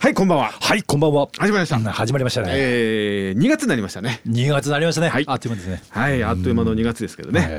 はいこんばんははい、こんばんは。始まりました始まりましたね。えー、2月になりましたね2月になりましたね。はいあっという間ですね。はいあっという間の2月ですけどね、はい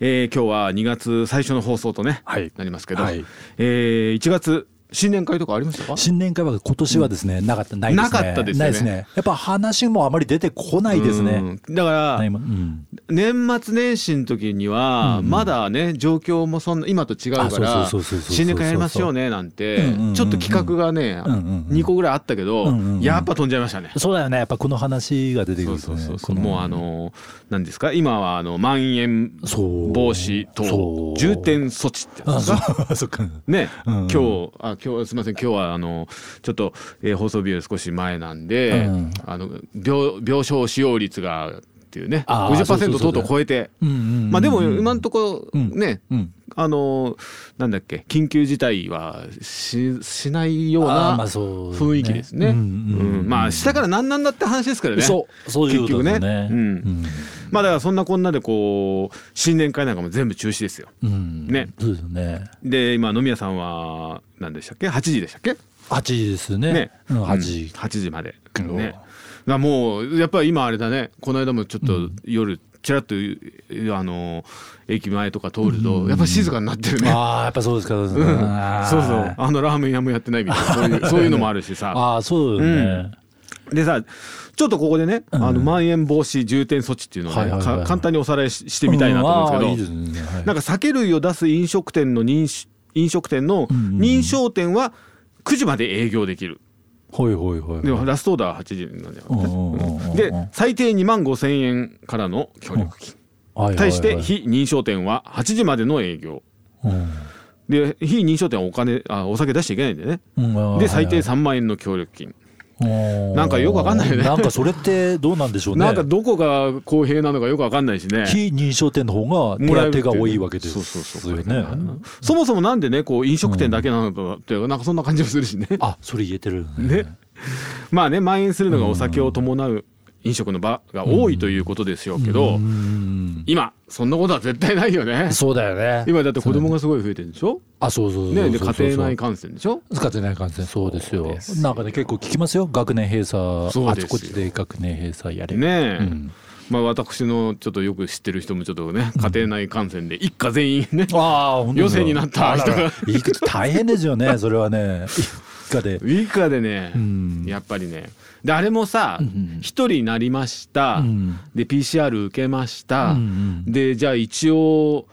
えー今日は2月最初の放送とね、はいなりますけど、はいえー、1月新年会とかありましたか新年会は今年はですね、なかった、ないですね。なかったですよねないですね。やっぱ話もあまり出てこないですね。うんだかないらもうん年末年始の時にはまだね状況もそんな今と違うかあそうそうらそうそうそう新年会やりますよねなんてうんうんうんちょっと企画がねうんうんうん2個ぐらいあったけうどんうんうんやっぱ飛んじゃいましたね。そうだよね。やっぱこの話が出てくそうるそとうねそうそうこのもうあの何ですか今はあのまん延そう防止そ等う重点措置ってやあつですかそう そっか。ね、うん今日あ今日すみません今日はあのちょっと、えー放送日より少し前なんで、うんあの病病床使用率がっていうねあーそうそうそう50%とうとう超えて、うんうんうんまあでも今のところうんね、うん。あのなんだっけ緊急事態はししないようあーなまあそう雰囲気ですね。ううんうんうんんまあ下から何なんだって話ですからね。そう、そういうことだよ結ね。局ねまあだからそんなこんなでこう新年会なんかも全部中止ですよ。うん。うんね。そうですよね。で今飲み屋さんは何でしたっけ8時でしたっけ8時ですね。ね、うん、8うん時。 8時まで、けどね、だからもうやっぱり今あれだねこの間もちょっと夜ちらっと、あの駅前とか通るとやっぱり静かになってるね、ああ、やっぱそうですか。そうですかあーそうそうあのラーメン屋もやってないみたいなそう いうそういうのもあるしさああ、そうだよね。でさちょっとここでね、あのまん延防止重点措置っていうのをね、はいはいはいか簡単におさらいししてみたいなと思うんですけど、ああいいですね。はいなんか酒類を出す飲食店の認し飲食店の認証店は9時まで営業できる。ほいほいほい。でもラストオーダーは8時なんじゃなかったうんうんうんうんで最低2万5,000円からの協力金はいはいはい対して非認証店は8時までの営業うんで非認証店はお金あお酒出しちゃいけないんでねうんで最低3万円の協力金ななんかよくわかんないよねなんかそれってどうなんでしょうね。なんかどこが公平なのかよくわかんないしね非認証店の方が手もらえるっ当ていてうねが多いわけですそうそうそうよね。そもそもなんでねこう飲食店だけなのかってなんかそんな感じもするしねあ、それ言えてるね。ねまあね蔓延するのがお酒を伴う飲食の場が多いということでしょうけうどん今そんなことは絶対ないよねそうだよね。今だって子供がすごい増えてるんでしょあ、そうそうそうそうねでそう家そう庭内感染でしょ使ってない感染そうですよそうですよなんかね結構聞きますよ学年閉鎖そうあですよちこちで学年閉鎖やれ、ねえ、うんまあ私のちょっとよく知ってる人もちょっとね家庭内感染で一家全員ね、ああ本当だ余生になった人があららいくつ大変ですよね それはね一家で一家でね、うんやっぱりねであれもさん一人になりました、うんで PCR 受けました、うんうんでじゃあ一応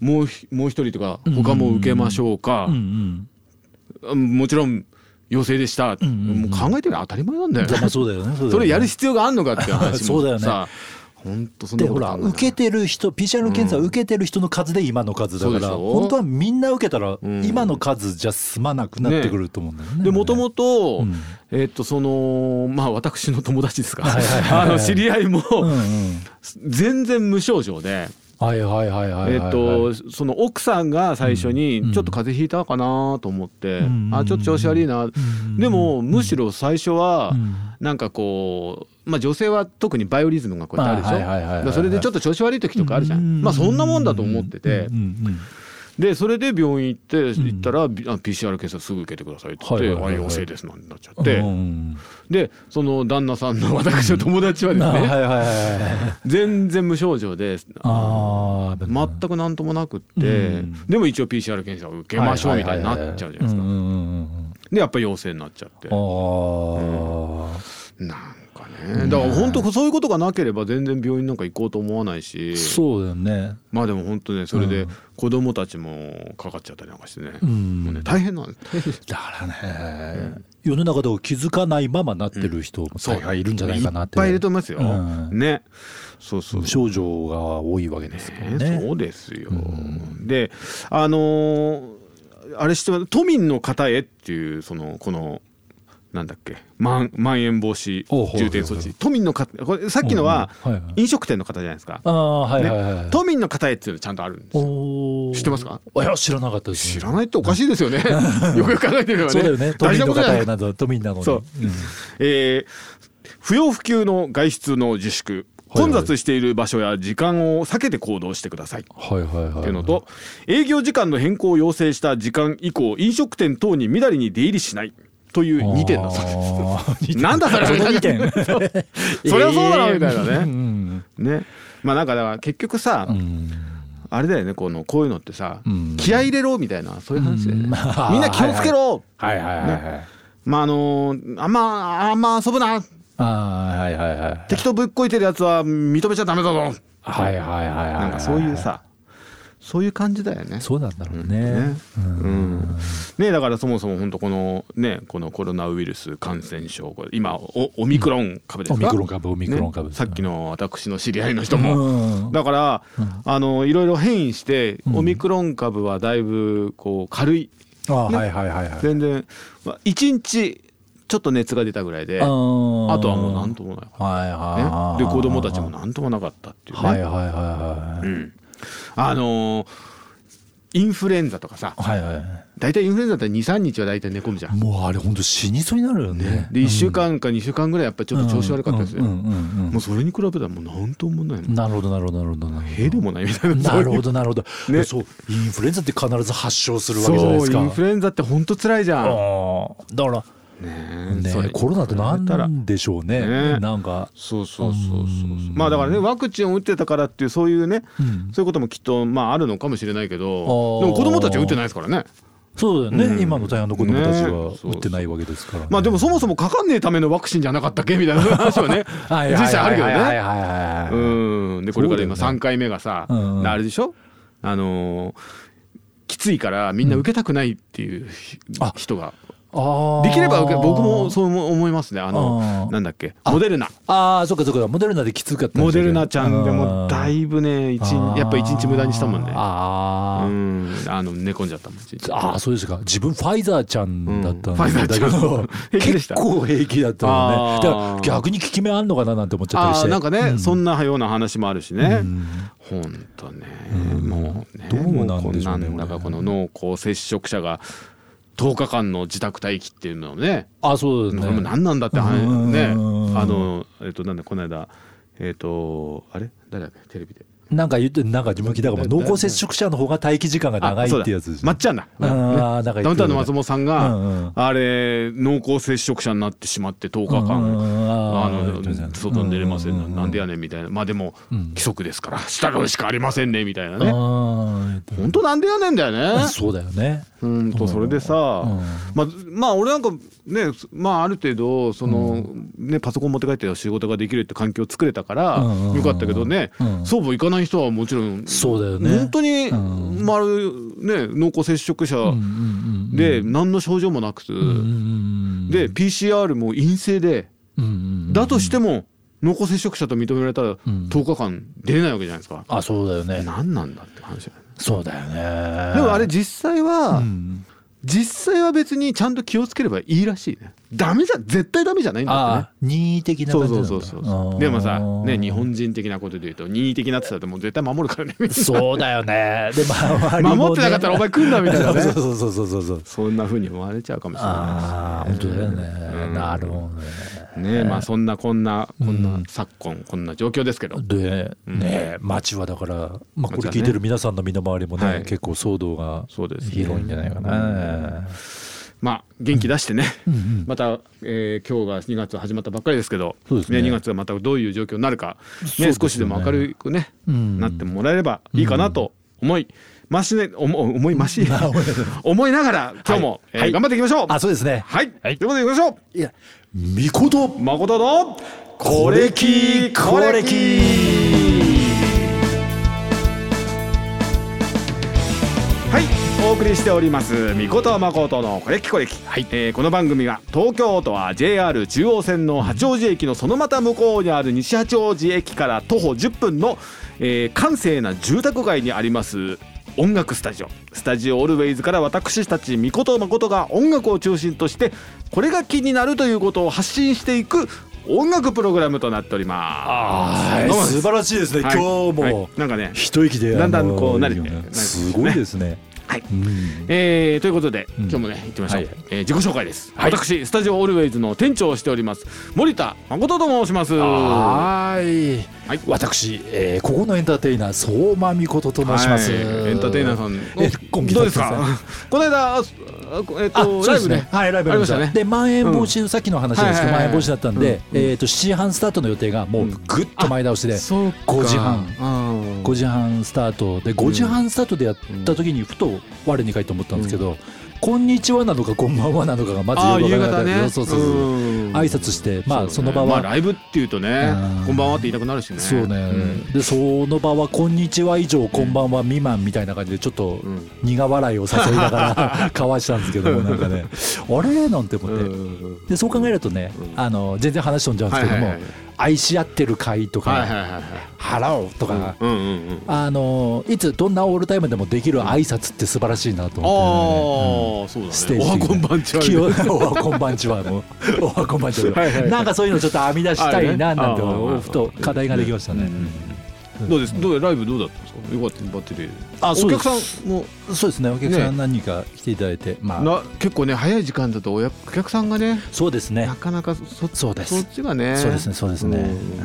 もうひもう一人とか他も受けましょうかうんう、んうんもちろん陽性でした、んうんうんもう考えてる当たり前なんだよねまあそうだよねそうだよ ねそれやる必要があんのかっていう話も そうだよねさ本当そんなでこほと考らえない受けてる人 PCR 検査を受けてる人の数で今の数だそかうでしら、ょ本当はみんな受けたらん今の数じゃ済まなくなってくると思うんだよね。でもともとうん、えっと、その、まあ、私の友達ですか。はいはいはいはあいの、知り合いも、うんうん、全然無症状で、はいはいはいはいはい、えはい。っと、その奥さんが最初うに、んちょっと風邪ひいたかなと思ってん、あ、ちょっと調子悪いな。んでも、むしろ最初はうん、なんかこう、まあ、女性は特にバイオリズムがこうやってあるでしあょはいはいはいはいだからそれでちょっと調子悪い時とかあるじゃうんうんうんんまあそんなもんだと思っててうんうんでそれで病院行って行ったら、びあ PCR 検査すぐ受けてくださいって言って、はいはいはいはいあ陽性ですなんてなっちゃうっんて、うんでその旦那さんの私の友達はうん、であすはいはねいはいはい。全然無症状でああ、全く何ともなくって、うんでも一応 PCR 検査を受けましょうみたいになっちゃうじゃないですか、うんうんうんでやっぱり陽性になっちゃってうん、ああ、なんかねだから本当そういうことがなければ全然病院なんか行こうと思わないしそうだよね。まあでも本当ねそれうでん子供たちもかかっちゃったりなんかしてね,、うんもうね大変なんです大変で すだからね、世の中でも気づかないままなってる人も大概いるんじゃないかなって。いっぱいいると思いますよ、うんねそうそう無症状が多いわけですからねね。そうですよ。であのーあれして都民の方へっていうそのこのなんだっけまんまん延防止おうほう重点措ほうほ置都民の方これさっきのはうんはいはい飲食店の方じゃないですか、ああ、はいはいはい。ね、都民の方へっていうのちゃんとあるんですよおー知ってますかいや、知らなかったです、知らないっておかしいですよね よくよく考えてみればねそうだよね。都大事な民ことのじゃ方ないへなど、都民なのに。そう、えー不要不急の外出の自粛はいはい混雑している場所や時間を避けて行動してくださいはいはいはい。っていうのと営業時間の変更を要請した時間以降飲食店等にみだりに出入りしないという2点 だそうですですなんだそれその2点 そりゃそうだろみたいなねうんねまあなんかだから結局さ、うんあれだよねこのこういうのってさ、うん気合い入れろみたいなそういう話だよね、うん みんな気をつけろ、はいはいはいはい、まああのーあんまあんま遊ぶなあーはいはいはい敵とぶっこいてるやつは認めちゃダメだぞはいはいはいはいなんかそういうさそういう感じだよね。そうなんだろうねねうんうんね、だからそもそも本当このねこのコロナウイルス感染症これ今おオミクロン株ですオか、ミクロン株オミクロン株、ねさっきのの私の知り合いの人も、もだから、うんあのいろいろ変異して、うんオミクロン株はだいぶこう軽いあーねはいはいはいはい全然、まあ、1日ちょっと熱が出たぐらいでああーとはもう何ともなかっはいた、はいはね、いで子供たちも何ともなかったっていうね、はいはいはいはういん、あのーインフルエンザとかさはいは大体インフルエンザって23日は大体寝込むじゃいん。もうあれ本当死にそうになるよねで1週間か2週間ぐらいやっぱりちょっと調子悪かったですよ。うんもうんうんうそれに比べたらもう何ともないもうんん。なるほどなるほどなるほどなるほどへでもないみたいな。なるほどなるほど、ねそうインフルエンザって必ず発症するわそけじゃないうですそうインかフルエンザって本当辛いじゃん。あーだかねら、えそれね、にコロナってな比べたらんでしょうねねなんか、そうそうそうそうそうう。んまあだからねワクチンを打ってたからっていうそういうねうんそういうこともきっとまああるのかもしれないけどーでも子供たちは打ってないですからね。そうだよね、うん今の大半の子供たちねそうはそう打ってないわけですからね、まあでもそもそもかかんねえためのワクチンじゃなかったっけみたいな話はね はい実はい際あるけどはいね。はいはいはいうん、でこれから今そうだよね3回目がさ、うんうんあれでしょあのーきついからみんな受けたくないっていうひ、あ人があーできれば受け僕もそう思思いますねあのあーなんだっけモデルナああそっかそっかモデルナできつかったんモでしたっけデルナちゃんであもーだいぶね一日やっぱ一日無駄にしたもんねあうー、んあの寝込んじゃったもん一日あーそうですか自分ファイザーちゃんだったんうんファイザーだちけゃんど、 平気でし結た構平気だったのあーねだから逆に効き目あんのかななんて思っちゃったりしあーてなんかね、うそんなような話もあるしね、うんほんとね、もうねどうなんでしょもうねこんなんだかこの濃厚接触者が10日間の自宅待機っていうのをねあそうこだれもね何なんだって話うんねあのえっとなんだこの間えっとあれ誰だっけテレビでなんか言ってなんか自分聞いたかも濃厚接触者の方が待機時間が長いそうっだてやつですまねっちゃんだあーなんか言ってるダウンタウンの松本さんうんうんがあれ濃厚接触者になってしまって10日うんうんうん間ああー言ってましたのね外に出れませうんうんうんんなんでやねんみたいなまあでも規則ですから従うしかありませんねみたいなねあー本当なんでやねんだよ ねそうだよねうんとそれでさ、うんまあ、まあ俺なんかね、まあ、ある程度その、ね、パソコン持って帰って仕事ができるって環境を作れたからうんうんうんよかったけどね、うんそうもいかない人はもちろんそうだよね本当に、うんまああれね、濃厚接触者うんうんうんで何の症状もなく、うんうんうんで PCR も陰性でうんうんうんだとしても濃厚接触者と認められたらん10日間出れないわけじゃないですか。あそうだよね何なんだって話だよねそうだよねでもあれ実際は、うん実際は別にちゃんと気をつければいいらしいねダメじゃ絶対ダメじゃないんだってねあー任意的なそ感うじそなんうだそうそうあそーうでもさね日本人的なことで言うと任意的なって言ったらもう絶対守る からねそうだよねで周りも ね守ってなかったらお前来んなみたいなねそうそうそうそうそうそんな風に思われちゃうかもしれああない本です当ねだよね、うんなるほどねねまあそんなこんなこんうなん昨今こんな状況ですけどで、ね街はだから、まあ、こ街れはね聞いてる皆さんの身の回りもね、はい結構騒動がそうですね広いんじゃないかな、まあ元気出してねうんうんまたえー今日が2月始まったばっかりですけどそうですね2月がまたどういう状況になるかそうねですね少しでも明るくねうんなってもらえればいいかなと思いましね思思いま し 思いながら今日もえはーい頑張っていきましょうあそうですねはい、ということでいきましょういやみこと誠のこれきこれきはいお送りしておりますみこと誠のこれきこれき、はいえーこの番組は東京都は JR 中央線の八王子駅のそのまた向こうにある西八王子駅から徒歩10分の、えー、閑静な住宅街にあります音楽スタジオスタジオオルウェイズから私たちみこと誠が音楽を中心としてこれが気になるということを発信していく音楽プログラムとなっております。はいどうもです素晴らしいですね、はい今日も、はいなんかね一息でだんだんあのこう慣れていいよ慣れてきましたねすごいですねはいうんえーということで、ん今日もね行ってみましょう、はいえー自己紹介です、はい私スタジオオルウェイズの店長をしております森田誠と申しますはーいはい私、えー、ここのエンターテイナー相馬美琴と申します、はいエンターテイナーさんえお今期どうですかこの間ああえっあとそうラでイブすねね。はい、ライブありました。ありましたねで、まん延防止の、さっきの話ですけど、はいはいまんはい延防止だったんうで、んえっと、7時半スタートの予定が、もううんぐっと前倒しで、そう5時半うん5時半スタートで、5時半スタートでやった時に、ふと我に返って思ったんですけど、こんにちはなのか、こんばんはなのかが、まずああよ夕くわか方らなかったねそうそうそう。うん挨拶して、まそうあ、ねその場まあは、ライブっていうとねうんこんばんはって言いたくなるしねそうね、でその場は「こんにちは」以上「こんばんは」未満みたいな感じでちょっとうんうん苦笑いを誘いなが ら交わしたんですけどもなんかねあれなんて思うって、んでそう考えるとね、うんあの全然話飛んじゃうんですけどはも、いはいはい愛し合ってる会とか、はいはいはいはいハローとか、うんうんうんあのいつどんなオールタイムでもできる挨拶って素晴らしいなとああ思ってーそね、うだねステージおはこんばんちは気を おはこんばんちはもうおはこんばんちははいはいはいなんかそういうのちょっと編み出したいななんてあるねあーふと課題ができましたね、うんどうですどうライブどうだったんですかよかったバッテリーあおそうで客すさんもそうですねお客さん何人か来ていただいて、まあな結構ね早い時間だとおやお客さんがねそうですねなかなかそそうでそすっちがねそうですねそうですねうん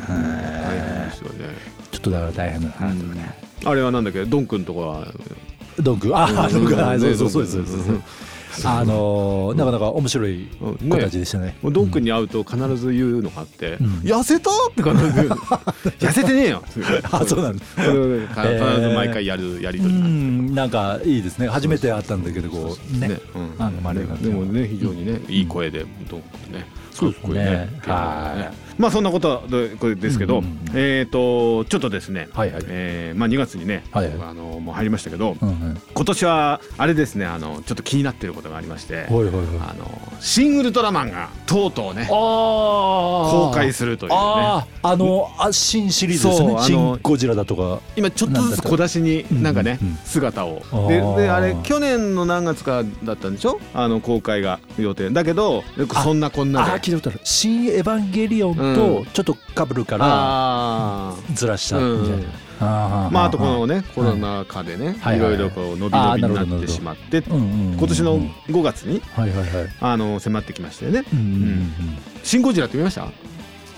大変はですよねいちょっとだから大変だなとかねあれはなんだっけドン君とかはドンクああドンクはいそうそうそうですそうですうんあのーなかなか面白いうん子ねたちでしたねもうドン君に会うと必ず言うのがあってん「痩せた?」って必ず言 うの痩せてねえ よ」あそうなんだこれをねかえー必ず毎回やるやりう取りがあってんなんかいいですね初めて会ったんだけどこうねねうんあの丸い感じでもね非常にねいい声でドン君ねそうですねはまあそんなことでこれですけど、うんうんうんえっ、とちょっとですね、はいはいえーまあ2月にね、はいはいあのもう入りましたけど、うんうん今年はあれですねあのちょっと気になってることがありまして、はいはいはいあのシン・ウルトラマンがとうとうね公公開するというねあーあのあ新シリーズですそうねあの新ゴジラだとか今ちょっとずつ小出しになんかねうんうんうん姿をあーでであれ去年の何月かだったんでしょあの公開が予定だけどそんなこんあなーで聞いたことある「新エヴァンゲリオン」うとんちょっとかぶるからあーずらしたみたいうんなまああとこののねコロナ禍でねはいいはろいはいいろこう伸び伸びにあーなるほなっどなてるほどしまって今今年の5月にはいはいはいあの迫ってきましたよねうんうんうんうん「シン・ゴジラ」って見ました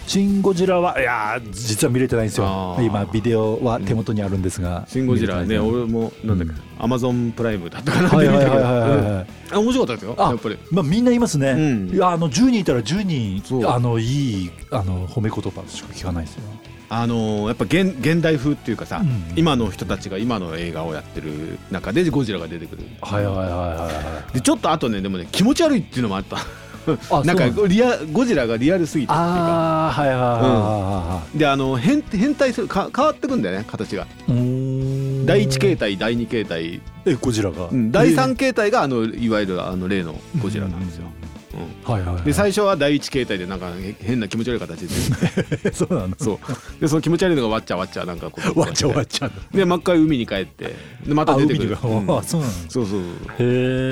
シン・ゴジラはいやー実は見れてないんですあよー今ビデオは手元にあるんですがシン・ゴジラ見れねてない俺もなんだっけうんアマゾンプライムだったかなはでいは見いたはけいどはいはいはいうんあ面白かったですよあやっぱりまあみんな言いますね、うんいやあの10人いたら10そう人あのいいあの褒め言葉しか聞かないですよあのーやっぱ現現代風っていうかさうん今の人たちが今の映画をやってる中でゴジラが出てくるはいはいはいはいでちょっとあとねでもね気持ち悪いっていうのもあったはいなんかあそうリアゴジラがリアルすぎたっていうかあーはいはいはであの変変態するか変わってくんだよね形がいはいはいうーん第1形態第2形態、えゴジラが、うん第え3形態があのいわゆるあの例のゴジラなんですよ、うんーはいはいはいで最初は第1形態でなんかへ変な気持ち悪い形で出てきて そうなんだそうでその気持ち悪いのがわっちゃわっちゃなんかこう わっちゃわっちゃでもう一回海に帰ってでまた出てくるあ海にうんがあそうなんだそうそうへ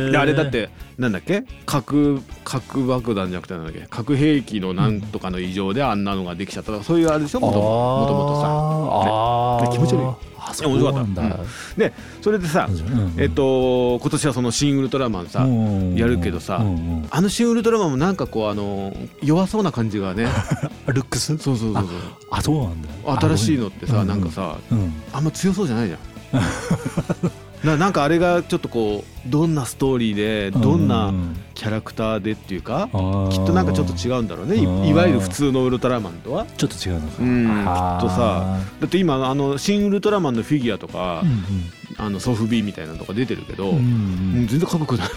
ーであれだってなんだっけ核核爆弾じゃなくてなんだっけ核兵器のなんとかの異常であんなのができちゃったとかそういうあれでしょもともともとさあーねで気持ち悪いあそうなんだ面白かでそれでさ、えっと今年はその「シン・ウルトラマンさ」やるけどさうんあの「シン・ウルトラマン」もなんかこうあの弱そうな感じが ねあルックスそうそうそうあそうなんだそう新しいのってあさごなめんかさうんあんま強そうじゃないじゃんな なんかあれがちょっとこうどんなストーリーでどんなキャラクターでっていうかききっとなんかちょっと違うんだろうねいいわゆる普通のウルトラマンとはちょっと違うのかうんあーきっとさだって今あの「シン・ウルトラマン」のフィギュアとかうあのソフビーみたいなのとか出てるけどんうんうもうん全然かっこよくない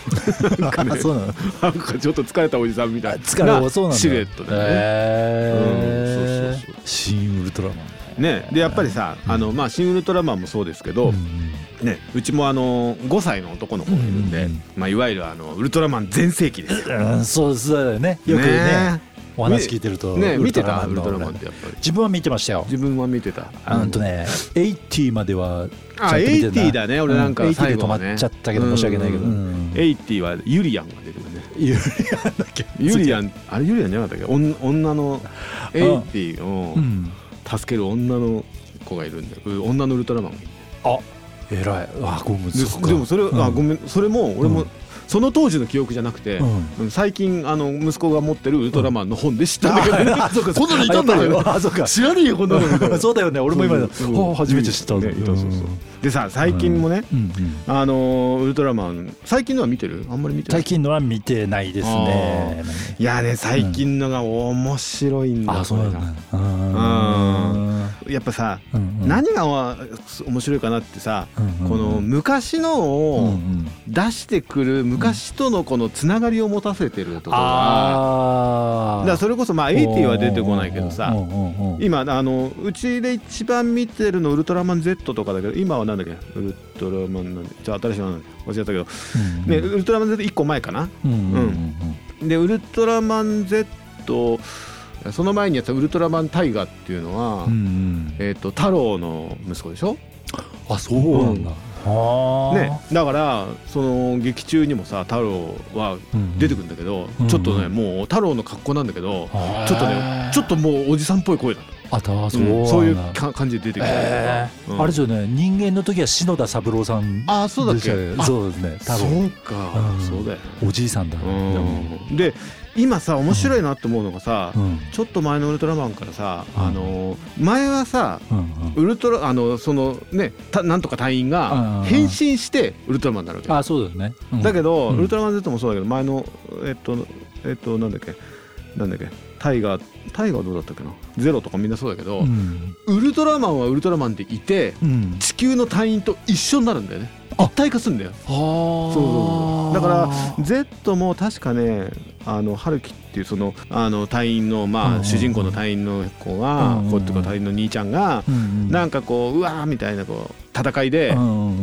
うんなんかねあ そうなのなんかちょっと疲れたおじさんみたいな疲れ多そうなんだシルエットでね,、うんへーそうそうそシン・ウルトラマンねでやっぱりさあの、まあ、シン・ウルトラマンもそうですけど、うんうんね、うちもあの5歳の男の子がいるんで、うんうんまあ、いわゆるあのウルトラマン全盛期ですよ。うんそうですよねよくねお話聞いてるとね見てたウのルトラマンってやっぱり自分は見てましたよ自分は見てたうんとね80まではちあゃんと見てた80だね俺なんかう最80で後止まはねっちゃったけど申し訳ないけどうんうん80はユリアンが出てくるねユリアンだっけユリアンあれユリアンじゃなかったっけおん女の80をうん助ける女の子がいるんだよう女のウルトラマンがいるあ偉いあごめんでっかでもそれ、うんあごめんそれも俺もその当時の記憶じゃなくて、う最近あの息子が持ってるウルトラマンの本で知ったんだけど、ねそうかこんなのいたんだよあそうか知らねえよこんなのみたいなそうだよね俺も今そうはあ初めて知ったねいたそうそうでさ最近もね、うんあのーウルトラマン最近のは見てるあんまり見てない最近のは見てないですねいやね最近のが面白いんだ、あそうなんだやっぱさ、うんうん何がわ面白いかなってさ、この昔のうんうをん出してくる昔とのこのつながりを持たせてるところが、あだあからそれこそまあ80は出てこないけどさ、うんうんうんうん今あのうちで一番見てるのウルトラマン Z とかだけど今はなんだっけウルトラマンなんじゃ新しいのなんだ忘れちゃったけど、ね、ウルトラマン Z1 個前かなうんうんうんでウルトラマン Z その前にやったウルトラマンタイガっていうのは、うんうんえー、と太郎の息子でしょ、あそうなんだああね、だからその劇中にもさ太郎は出てくるんだけど、うんちょっとねもう太郎の格好なんだけど、あーちょっとねちょっともうおじさんっぽい声だったあとはそううんそそうういいううか感じで出てくる、ええうんあれですよね人間の時は篠田三郎さんああそうだっけでしたあよそうですね多分そうか、うんそうだよ、おじいさんだでもうん、で今さ面白いなって思うのがさ、うんちょっと前のウルトラマンからさ、うんあの前はさうんうんウルトラあのそのねたなんとか隊員うんうんうがん変身してウルトラマンになるわけ、あそうだよねうんだけど、うんウルトラマン Z もそうだけど前のえっとえっとなんだっけなんだっけタイガータイガーどうだったっけなゼロとかみんなそうだけど、うんウルトラマンはウルトラマンでいてうん地球の隊員と一緒になるんだよね一体化するんだよあそうそうそうだから Z も確かねあの春樹っていうそのあの隊員のうんうまんうあん主人公の隊員の子が、うんうんうんこうっていうか隊員の兄ちゃんが、なんかこううわーみたいなこう戦いで、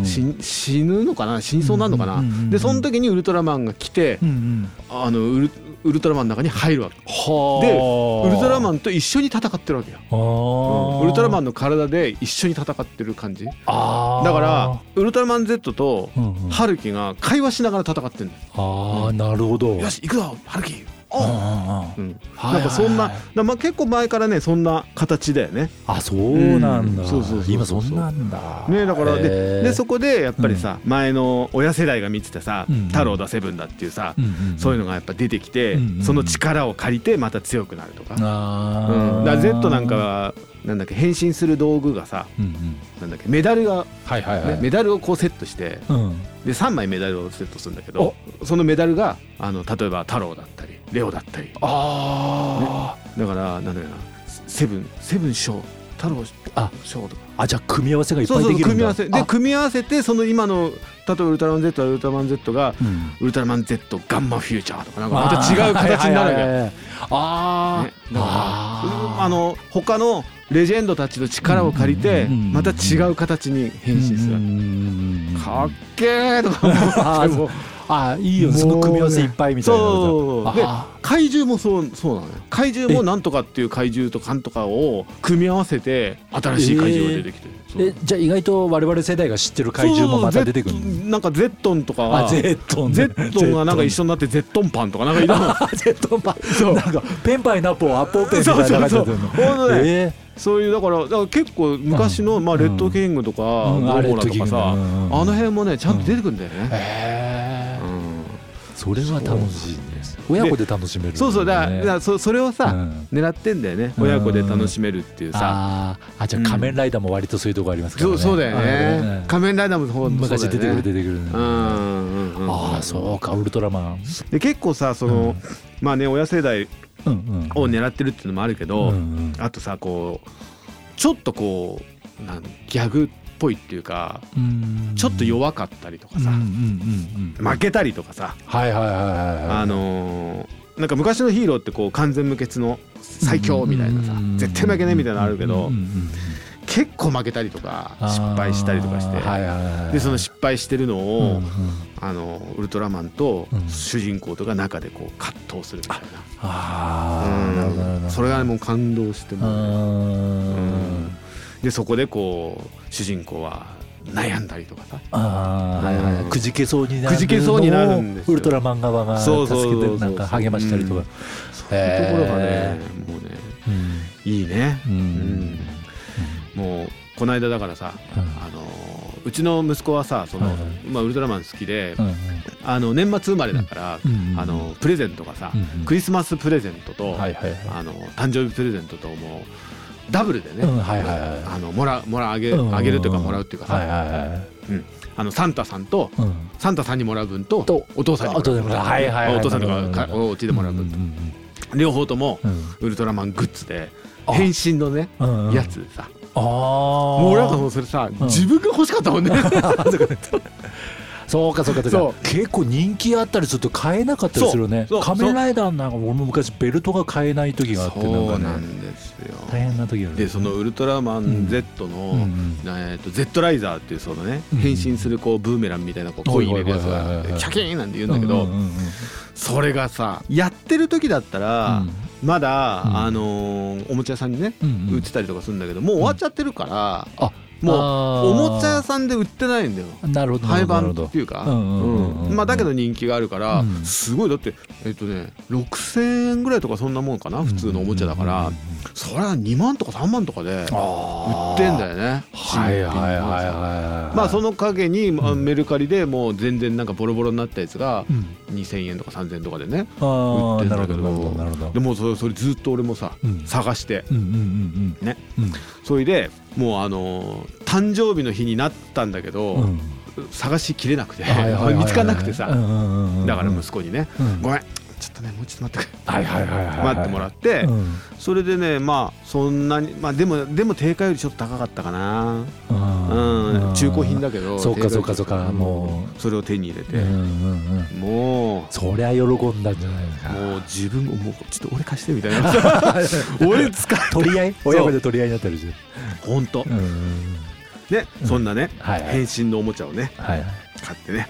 死ん死ぬのかな死にそうなるのかな、うんうんうんうんでその時にウルトラマンが来て、あのウルウルトラマンの中に入るわけウルトラマンンと一緒に戦ってるわけよ、うんウルトラマンの体で一緒に戦ってる感じだあーからウルトラマン Z とうんうんハルキが会話しながら戦ってるんだよあーなるほどよし行くぞハルキうんうんうおんう、うん、はいはいはいなんかそんな、なまあ、結構前からねそんな形だよねあそうなんだ、うんそうそうそうそう今そんなんだねだからで,、へーでそこでやっぱりさ、前の親世代が見てたさ「うんうん太郎だセブンだ」っていうさ、うんうんうんそういうのがやっぱ出てきて、うんうんうんその力を借りてまた強くなるとか,、あうん、だからー Z なんかはなんだっけ変身する道具がさうんうんなんだっけメダルが、はいはいねはい、メダルをこうセットしてうんで3枚メダルをセットするんだけどそのメダルがあの例えば太郎だったりレオだったりあー、だからなんだよなセブンセブン賞太郎あ賞とか。あじゃあ組み合わせがいっそぱういそでうきる組んみ合だわせで組み合わせてその今の例えばウルトラマン Z はウルトラマン Z があうんウルトラマン Z ガンマフューチャーとかなんかまた違う形になるわけよよあねーだからああの他のレジェンドたちの力を借りてうんうんうんうんまた違う形に変身する、るかっけーとか思って も あーいいよその組み合わせいっぱいみたいなそうあでー怪獣もそうそうなのよ怪獣もなんとかっていう怪獣とかんとかを組み合わせて新しい怪獣が出てきてる、えじゃあ意外と我々世代が知ってる怪獣もまた出てくるそうそうそうゼッなんかゼットンとかあはゼットンゼットンがなんか一緒になってゼットンパンとかなんかいろんな あゼットンパそうなんかペンパイナッポーアッポーペンみたいな感じだ そったよねうそうそうほんとねえそういうだからだから結構昔の、まあ、レッドキングとか、うんゴーゴラとあレッドキンかグさ、だあうんの辺もねちゃんと出てくるんだよーね、へうーんそれは楽しいです親子で楽しめるそうそうだからだからそそれをさ、うん狙ってんだよねうん親子で楽しめるっていうさ、あーあじゃあ仮面ライダーも割とそういうとこありますからそねうそうだよねあー仮面ライダーもほうんんとそう昔だ出よねてくる出てくるうんうんうんああそうかウルトラマンで結構さその、まあね親世代うんうんを狙ってるっていうのもあるけど、うんあとさこうちょっとこうなんギャグっぽいっていうかうんちょっと弱かったりとかさ、うんうんうんうん負けたりとかさ、はいはいはいはいはいあのーなんか昔のヒーローってこう完全無欠の最強みたいなさうん絶対負けないみたいなのあるけどうんうんうん結構負けたりとかあー失敗したりとかしてはいはいはいはいでその失敗してるのをうんうんあのウルトラマンとうん主人公とか中でこう葛藤するみたいああなるほどなるなほうんどそれがねもう感動してうもううんんでそこでこう主人公は悩んだりとかさあーはいはいはいうんくじけそうになるくじけそうになるんですよウルトラマン側がそう助そうそうけそうてなんか励ましたりとかそういうところがねへもうねうんいいねううんんもうこの間だからさうんあのーうちの息子はさその、はいはいまあ、ウルトラマン好きで、うんうんあの年末生まれだから、うんうんあのプレゼントがさ、うんうんクリスマスプレゼントと、はいはいはあの誕生日プレゼントともうダブルでね、うんはいはいはいあのもらもらあいげうんうんんあげるというかもらうっていうかさ、はいはいはいうん、あのサンタさんとうんサンタさんにもらう分ととお父さんにもらう分お父さんにもらうはいはいはいお父さんとなるほどなかるかほどお家でもらう分と、両方ともウルトラマングッズであ変身のねうんうんやつさああもう俺なんかもうそれさうん自分が欲しかったもんね そうかそうかそそうか結構人気あったりすると買えなかったりするよねそうそう仮面ライダーなんか俺も昔ベルトが買えない時があってなんそうかねなんですよ大変な時があるでそのウルトラマン Z の、うんうんえー、と Z ライザーっていうそのねうん変身するこうブーメランみたいなこうコイン入れるやつはいはいがはいはいキャキーンなんて言うんだけど、うんうんうんうんそれがさやってる時だったら、うんまだ、うんあのーおもちゃ屋さんにねうんうん売ってたりとかするんだけどもう終わっちゃってるから、ああーもうおもちゃ屋さんで売ってないんだよなるほどな廃るほどなる盤ほどっていうかうんうんうんうんうんまあだけど人気があるから、うんすごいだってえっ、とね6,000円ぐらいとかそんなもんかな普通のおもちゃだから、うんうんうんそりゃ2万とか3万とかで売ってんだよよねはいはいはいはいはいまあそのの陰にまあうんメルカリでもう全然なんかボロボロになったやつがうん2,000円とか3,000円とかでねあ売っあてんなるだほけどどなるほどなるほどでもうそれそれずっと俺もさうん探してうんうんうんねうんうんそれでもうあのー誕生日の日になったんだけど、うん探しきれなくてはいはいはいは 見いつからなくてさ、うんうんうんうんだから息子にね、うんごめんちょっとねもうちょっと待ってくれ、はいはいはいはいはい待ってもらって、うんそれでねまあそんなにまあでもでも定価よりちょっと高かったかなうん、中古品だけどそうかそうか定価そうかんもそれを手に入れて、うんうんうんもうそりゃ喜んだんじゃないですかもう自分ももうちょっと俺貸してみたい な俺使っ取り合い親子で取り合いになったりして本当うんうんうんねそんなねはいは変い身のおもちゃをねはいはい買ってね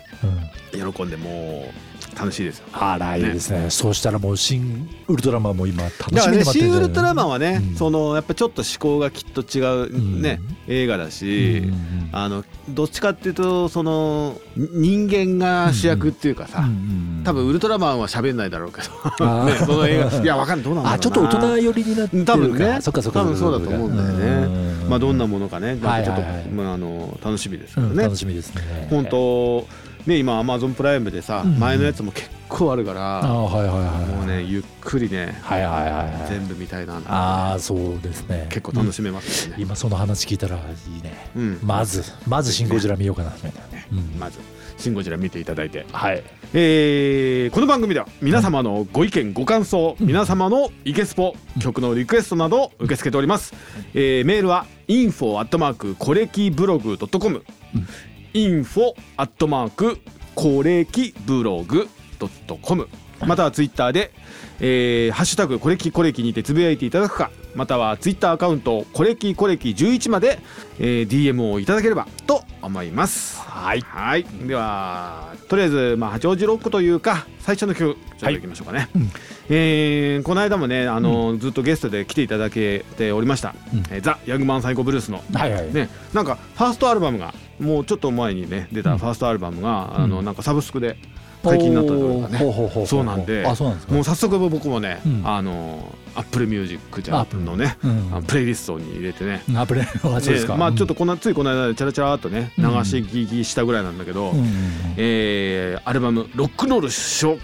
うん喜んでもう楽しいですよあらいいですねそうしたらもう新ウルトラマンも今楽しみだからでね待ってるシン・んウじゃないルトラマンはね、うんそのやっぱちょっと思考がきっと違うね、映画だし、うんうんうんあのどっちかっていうとその人間が主役っていうかさ、うんうん多分ウルトラマンは喋んないだろうけ ど、あーね、その映 画いやわかんないどうなんだろうなあちょっと大人寄りになってるか多分ねそっかそっか多分そうだと思うんだよねまあどんなもものかね、はいはいはいなんかちょっと、まあ、あの楽しみですけどんね、楽しみですね本当ね今アマゾンプライムでさ、うん前のやつも結構あるから、あはいはいはいもうねゆっくりね、はいはいはいはい全部見たいなああそうですね結構楽しめますよね、今その話聞いたらいいねうんまずまず「シン・ゴジラ」見ようかなみたいなねうんまず「シン・ゴジラ」見ていただいて、はいえーこの番組では皆様のご意見ご感想、皆様のイケスポ曲のリクエストなどを受け付けております、えーメールは info アットマークコレキブログドットコム info アットマークコレキブログドットコムまたはツイッターで、えーハッシュタグコレキコレキにてつぶやいていただくかまたはツイッターアカウントコレキコレキ11まで、えー DM をいただければと思いますはいではとりあえず、まあ、八王子ロックというか最初の曲ちょっといきましょうかね、えーこの間もねあの、ずっとゲストで来ていただけておりました「うんえーザ・ヤングマン・サイコ・ブルースの」はいはいね、なんかファーストアルバムがもうちょっと前にね出たファーストアルバムが、あのなんかサブスクで解禁になったとかねほうほうほうほうそうなんであそうなんですかもう早速僕もね、うんあのアップルミュージックじゃんのね、うんあのプレイリストに入れてね、あプレイあそうですかでまあちょっとこんなついこの間チャラチャラっとね流うんし聞きしたぐらいなんだけど、うんうんえーアルバム「ロックノール師匠うん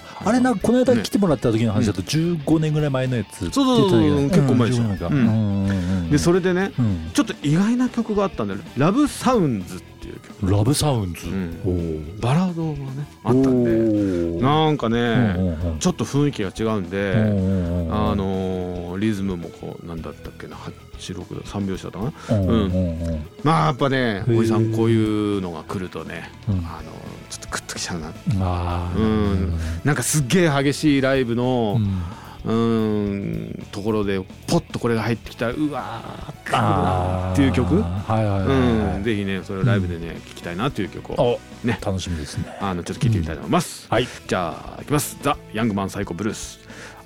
あああれなんかこの間来てもらった時の話だと15年ぐらい前のやそつうそうそう出てたけど結構前でしょうん15年かううんんうんうん」でそれでね、うんちょっと意外な曲があったんだよ「ラブサウンズ」っていう曲ラブサウンズうんおーバラードがねあったんでおーなんかうんねうんうんちょっと雰囲気が違うんうんでうんうんあのーリズムもこうなんだったっけな863拍子だったかなうんうんうんまあやっぱねへーおじさんこういうのが来るとねうあんのーちょっとグッときちゃうなあーうんなんかすっげえ激しいライブうのんうんところでポッとこれが入ってきたらうわー来るなーあーっていう曲はいはいはいはうんいぜひねそれをライブでね聴きたいなっていう曲をおね楽しみですねあのちょっと聞いてみたいと思います、はいじゃあいきます「ザ・ヤングマン・サイコ・ブルース」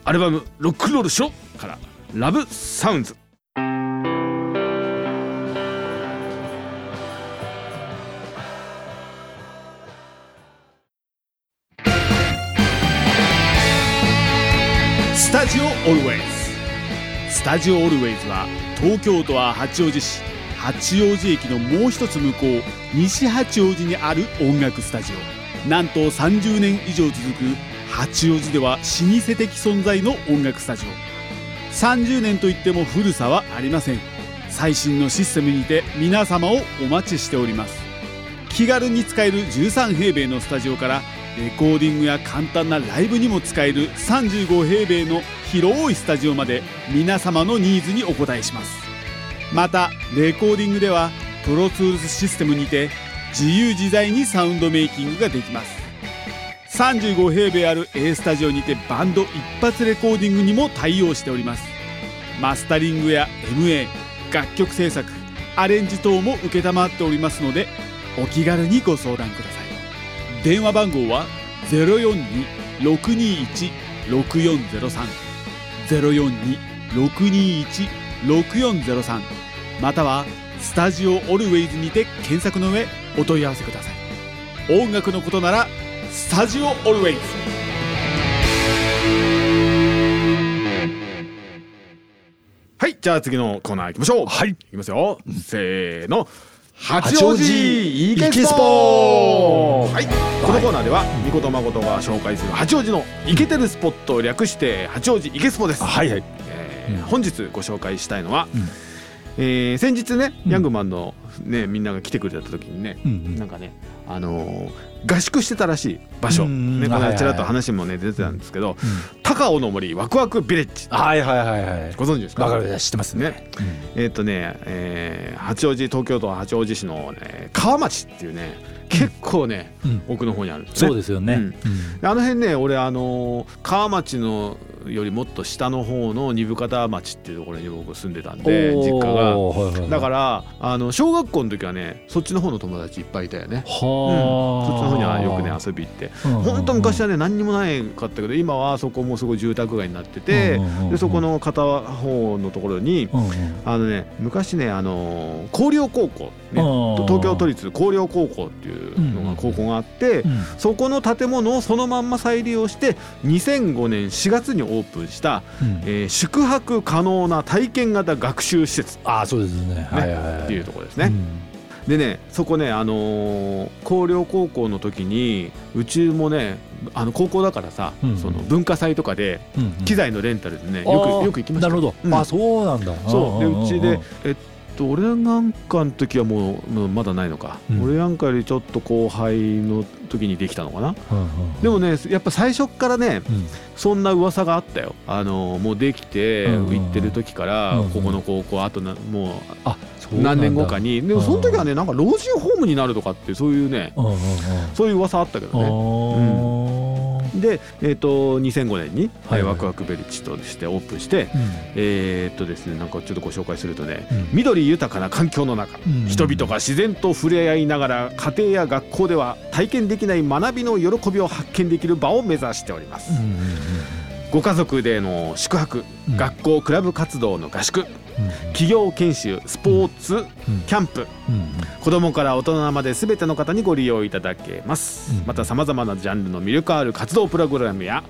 アルバム「ロックンロールショー」から「ラブ・サウンズ」スタジオオルウェイズスタジオオルウェイズは東京都は八王子市八王子駅のもう一つ向こう西八王子にある音楽スタジオなんと30年以上続く八王子では老舗的存在の音楽スタジオ30年といっても古さはありません最新のシステムにて皆様をお待ちしております気軽に使える13平米のスタジオからレコーディングや簡単なライブにも使える35平米の広いスタジオまで皆様のニーズにお応えしますまたレコーディングではプロツールスシステムにて自由自在にサウンドメイキングができます35平米ある A スタジオにてバンド一発レコーディングにも対応しておりますマスタリングや MA 楽曲制作アレンジ等も承っておりますのでお気軽にご相談ください電話番号は042-621-6403 042-621-6403またはスタジオオルウェイズにて検索の上お問い合わせください音楽のことならスタジオオルウェイズはいじゃあ次のコーナー行きましょうはい行きますよせーの八王王子子イケイケススポポはいこのコーナーではみことまことが紹介する八王子のイケてるスポットを略して八王子イケスポですはいはいえーうん本日ご紹介したいのは、うんえー先日ねうんヤングマンの、ね、みんなが来てくれた時にね、うんうんなんかね、あのー合宿してたらしい場所、うんね、こはいはいのはいちらっと話もね出てたんですけど、高尾の森ワクワクビレッジはいはいはいはいご存知ですかわかる知ってますねねえっ、とね、えー八王子東京都八王子市の、ね、川町っていうね結構ね、うん奥の方にあるんですねそうですよねううんんあの辺ね俺あのー川町のよりもっと下の方の二部方町っていうところに僕住んでたんで実家がおーはいはいはいだからあの小学校の時はねそっちの方の友達いっぱいいたよねそはあっちの方にはよくね遊び行って本当昔はね何にもないかったけど今はそこもすごい住宅街になっててでそこの片方のところにあのね昔ねあのー広陵高校ね東京都立立広陵高校っていうのが高校があって、そこの建物をそのまんま再利用して2005年4月にオープンした、えー宿泊可能な体験型学習施設ああそうですねはいはいはいっていうところですね。んでねそこねあのー広陵高校の時にうちもねあの高校だからさ、うんその文化祭とかでうんうん機材のレンタルでね、あよーくよく行きましたなるほど、うんあそうなんだそうでんんんうちでえっと俺なんかの時はもうもうまだないのか、うん俺なんかよりちょっと後輩の時にできたのかなうんうんでもねやっぱ最初っからねうんそんな噂があったよあのもうできてうんうんうん行ってる時から、うんうんここの高校あとなもうあそうなんだ何年後かにでもうんその時はねなんか老人ホームになるとかってそういうねうんうんうんそういう噂あったけどねあーで、えっと2005年に、はいはいワクワクベリッジとしてオープンしてえーっとですねなんかちょっとご紹介するとねうんうん緑豊かな環境の中うん人々が自然と触れ合いながら家庭や学校では体験できない学びの喜びを発見できる場を目指しておりますうんうんうんご家族での宿泊うん学校クラブ活動の合宿うん企業研修スポーツうんキャンプうんうん子どもから大人まで全ての方にご利用いただけますうんまたさまざまなジャンルの魅力ある活動プログラムや、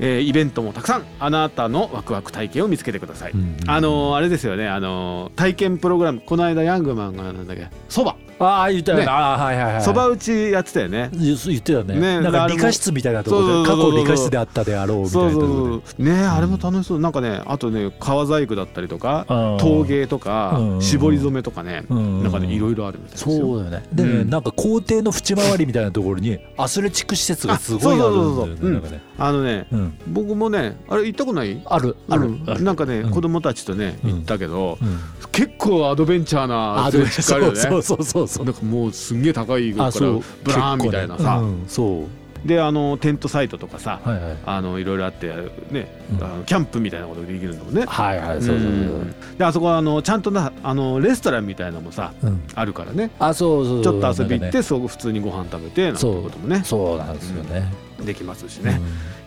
えーイベントもたくさんあなたのワクワク体験を見つけてください、うんあのーあれですよねあのー体験プログラムこの間ヤングマンがなんだっけそばああ言ったよねねああはいはいはいそば打ちやってたよね言言ってたねねなんあかれも理科室みたいなところでそう過そうそうそう去理科室であったであろうみたいそなうとそころうでそうねあれも楽しそうなんかねあとね革細工だったりとかあー陶芸とかうん絞り染めとかねうんなんかねいろいろあるみたいですよそうだよねでねうんなんか校庭の縁回りみたいなところにアスレチック施設がすごいあるんだよねなんかねあのねうん僕もねあれ行ったことないあるあるうんあるなんかね、うん子供たちとねうん行ったけど、うん結構アドベンチャーなあアドでベもンチャーあるそよねうそうそうそうそうなんかもうすんげえ高いとこからあそうブラーンみたいなさ、結構ねうんそであのテントサイトとかさうはいはいあのいろいろあってね、うんあのキャンプみたいなことできるんだもんね。はいはいそうそうそううんであそこはあのちゃんとなあのレストランみたいなのもさそううんあるからねあそうそうちそうょっと遊び行っなんかて、ねそう普通にご飯食べてなんてそうこともねそうなんですよねできますしね、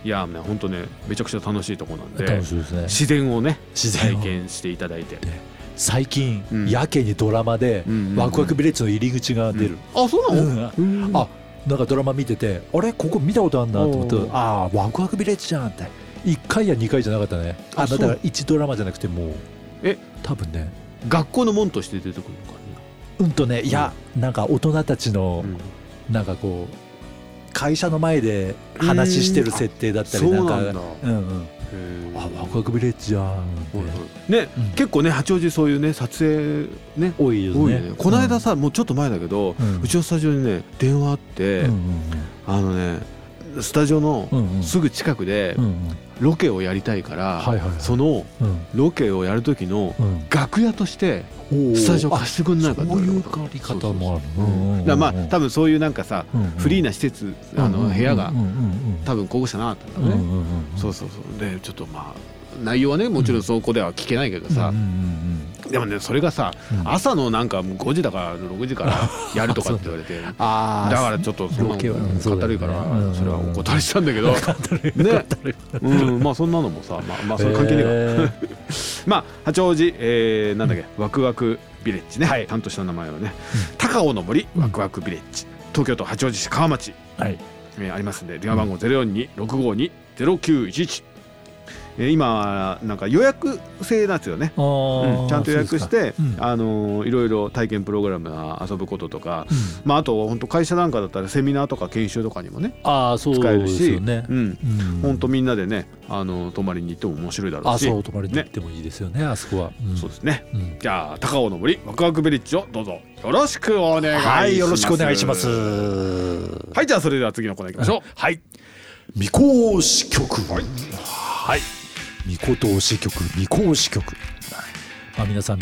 いやーね本当ねめちゃくちゃ楽しいとこなんうんで楽しいですね自然をね自然体を験していただいて。最近うんやけにドラマでうんうんうんワクワクビレッジの入り口が出るあそうなの、うんあなんかドラマ見ててあれここ見たことあるなと思っておうああワクワクビレッジじゃんって1回や2回じゃなかったねああそだうから1ドラマじゃなくてもうえ多分ね学校の門として出てくるのかうんとねいやなんか大人たちのな、なんかこう会社の前で話してる設定だったりうんなそんうかなんだうんうんあワクワクビレッジじゃんってね、うん結構ね八王子そういうね撮影ね多いよね多いよねこの間さ、もうちょっと前だけど、うんうちのスタジオにね電話あって、うんあのねスタジオのうんうんうんすぐ近くでうんうんロケをやりたいから、はいはいはいそのうんロケをやる時のうん楽屋としておースタジオ貸してくんないかあってそう言わいれうたこと借り方もあるそうそうそううんだからまあ多分そういうなんかさ、フリーなな施設あの部屋が多分候補者なかったんだろうね、そううそうそうでちょっとまあ内容はねもちろんそこでは聞けないけどさ、でもねそれがさ、うん朝のなんか5時だから6時から やるとかって言われてだあからちょっとそのロケはうんそうだ語るよねからうんそれはお断りしたんだけど、ね、うん、まあそんなのもさまあまあそれ関係ねえから、 まあ八王子、えー、なんだっけワクワクビレッジね、はい、担当した名前はね、高尾の森ワクワクビレッジ東京都八王子市川町はいえーありますんで電話番号042-652-0911、えー今なんか予約制なんですよね、あーうんちゃんと予約しそうてですかうんあのーいろいろ体験プログラムや遊ぶこととか、うんまあ、あと本当会社なんかだったらセミナーとか研修とかにもねあーそう使えるですしよねうん、うん本当みんなでねあのー泊まりに行っても面白いだろうあしそう泊まりに行ってもいいですよねあそこはうんそうですねうんじゃあ高尾の森ワクワクビリッジをどうぞよろしくお願いしますはいよろしくお願いしますはいじゃあそれでは次のコーナー行きましょうはい未公式曲はい未公投資曲未公式曲まあ皆さん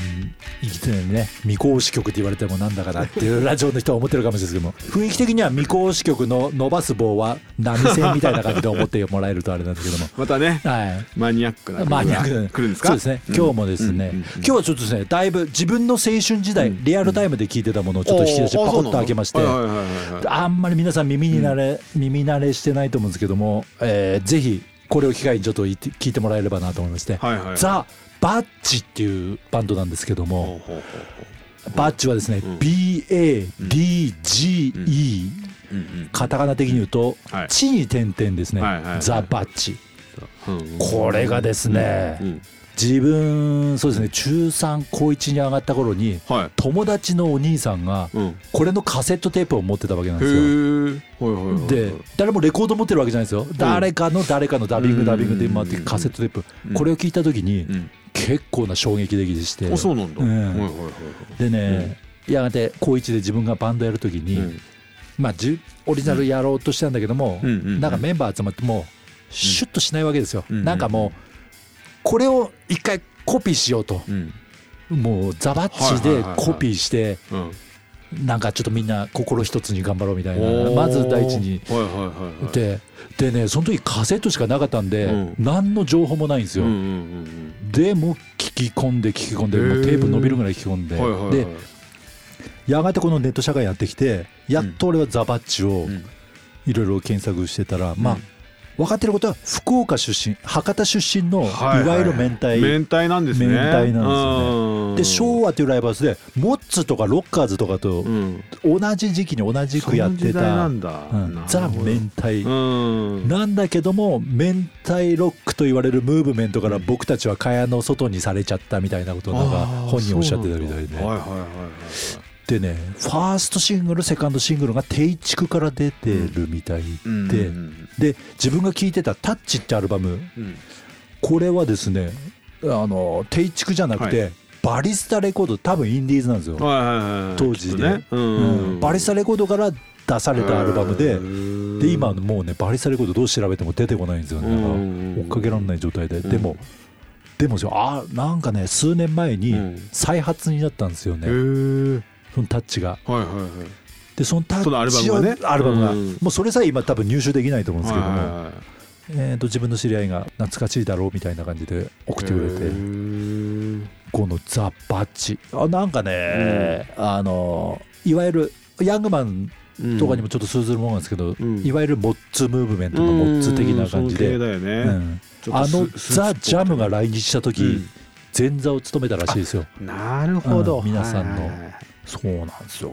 生きてるのにね未公式曲って言われてもなんだかなっていうラジオの人は思ってるかもしれないですけども雰囲気的には未公式曲の伸ばす棒は波線みたいな感じで思ってもらえるとあれなんですけどもまたねはいマニアックな曲マニアックがな来るんですかそうですね今日もですね、うんうんうん今日はちょっとですねだいぶ自分の青春時代、リアルタイムで聞いてたものをちょっと引き出してパコッと開けまして、はいはいはいはいはいあんまり皆さん耳に慣れ、耳慣れしてないと思うんですけども、えーぜひこれを機会にちょっといて聞いてもらえればなと思いまして、はいはいはいザ・バッチっていうバンドなんですけどほもう、ほうほうバッチはですね、BADGE、うんうんカタカナ的に言うと「はい地に点々」ですね、はいはいはいザ・バッチうんうんこれがですね、うん自分そうですね中3高1に上がった頃にはい友達のお兄さんがうんこれのカセットテープを持ってたわけなんですよ。へえはいはいはいはいで誰もレコード持ってるわけじゃないですよ誰かの誰かのダビングダビングで回ってカセットテープうんこれを聞いた時にうん結構な衝撃的でしてあそうなんだうはいんはいはいはいでねやがて高1で自分がバンドやる時うんにまあじゅオリジナルやろうとしたんだけどもうんうんうんなんかメンバー集まってもシュッとしないわけですようんなんかもうこれを一回コピーしようとうんもうザバッチはいはでいはいはいコピーしてうんなんかちょっとみんな心一つに頑張ろうみたいなおーまず第一にはいはいはいはいででねその時カセットしかなかったんで、うん何の情報もないんですうんよ、うんうんでもう聞き込んで聞き込んでへーもうテープ伸びるぐらい聞き込んうで、んはいはいではいやがてこのネット社会やってきてやっと俺はザバッチをうんいろいろ検索してたら、まあうん分かってることは福岡出身博多出身のいはいはいわゆる明太、明太なんですね明太なんですよねで昭和というライブハウスでモッツとかロッカーズとかとうん同じ時期に同じくやってその時代なた、んだ、うんザ・明太、うんなんだけども明太ロックと言われるムーブメントから僕たちは蚊帳の外にされちゃったみたいなことをなんかあー本人おっしゃってたみたいそうなんだはいではいはいはいでねファーストシングルセカンドシングルが定畜から出てるみたいうんでうんで自分が聴いてた「タッチ」ってアルバムうんこれはですねあの定畜じゃなくて、バリスタレコード多分インディーズなんですよ、はいはいはい当時きっでとね、ううんん、バリスタレコードから出されたアルバムで、でで今もうねバリスタレコードどう調べても出てこないんですよねだからうん追っかけられない状態でんでもでもですよあーなんかね数年前うにん再発になったんですよへねえそのタッチがはいはいはいでそのタッチをそのアルバムがねアルバムがうんもうそれさえ今多分入手できないと思うんですけどもはえーと自分の知り合いが懐かしいだろうみたいな感じで送ってくれへてーこの「ザ・バッチ」あなんかねあのいわゆるヤングマンうんとかにもちょっと通ずるものなんですけど、んいわゆるモッツムーブメントのモッツ的な感じで、うんその系だようね、んちょっあとスのスーツっぽザ・くてジャムが来日した時、前座を務めたらしいですよ、なるほど、うん皆さんはいのはいはいそうなんですよ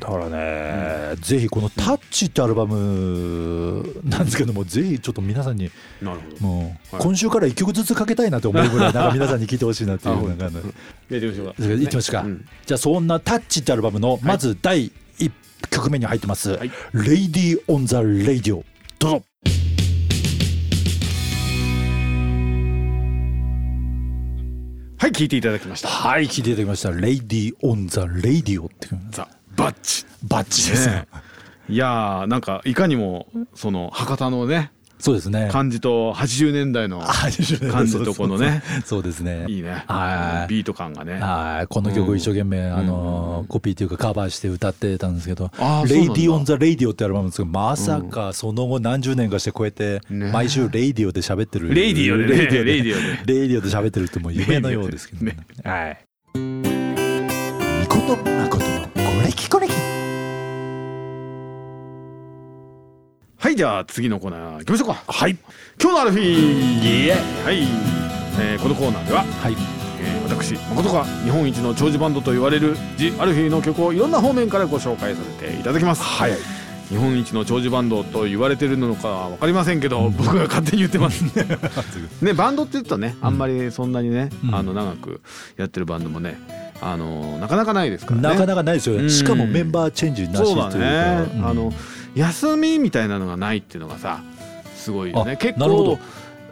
だからね、ぜひこの「タッチってアルバムなんですけどもぜひちょっと皆さんになるほどもうはい今週から1曲ずつかけたいなと思うぐらいなんか皆さんに聞いてほしいなっていあほうんなんかあのやってみましょうかそれいきますか、うんじゃあそんな「タッチってアルバムのまず第1曲目に入ってますはい「レイディー・オン・ザ・レイディオ」どうぞはい聞いていただきましたはい聞いていただきました「レイディー・オン・ザ・レイディオ」っていうザ・バッチバッチですねねいやーなんかいかにもその博多のねそうです ね感じと80年代の感じとこのねそうですねいいねはいビート感がねはいこの曲を一生懸命、あのーコピーというかカバーして歌ってたんですけどあ「ーレイデそうィ・なオんン・ザ・レイディオ」ってアルバムなんですけどまさかその後何十年かしてこうやってね毎週「レイディオ」で喋ってるレイディオでねレイディオでレイディオでレイディオで喋ってるってもう夢のようですけどねはいみことまことのこれきこれきはいじゃあ次のコーナー行きましょうかはい今日のアルフィーはい、えーこのコーナーでは、はいえー私誠が日本一の長寿バンドと言われるジ・アルフィーの曲をいろんな方面からご紹介させていただきますはい日本一の長寿バンドと言われてるのかは分かりませんけど、僕が勝手に言ってます ねバンドって言うとねあんまりそんなにね、うんあの長くやってるバンドもねあのなかなかないですからねなかなかないですようねんしかもメンバーチェンジなしとそいううだかね、うんあの休みみたいなのがないっていうのがさすごいよねあ結なるほ構ど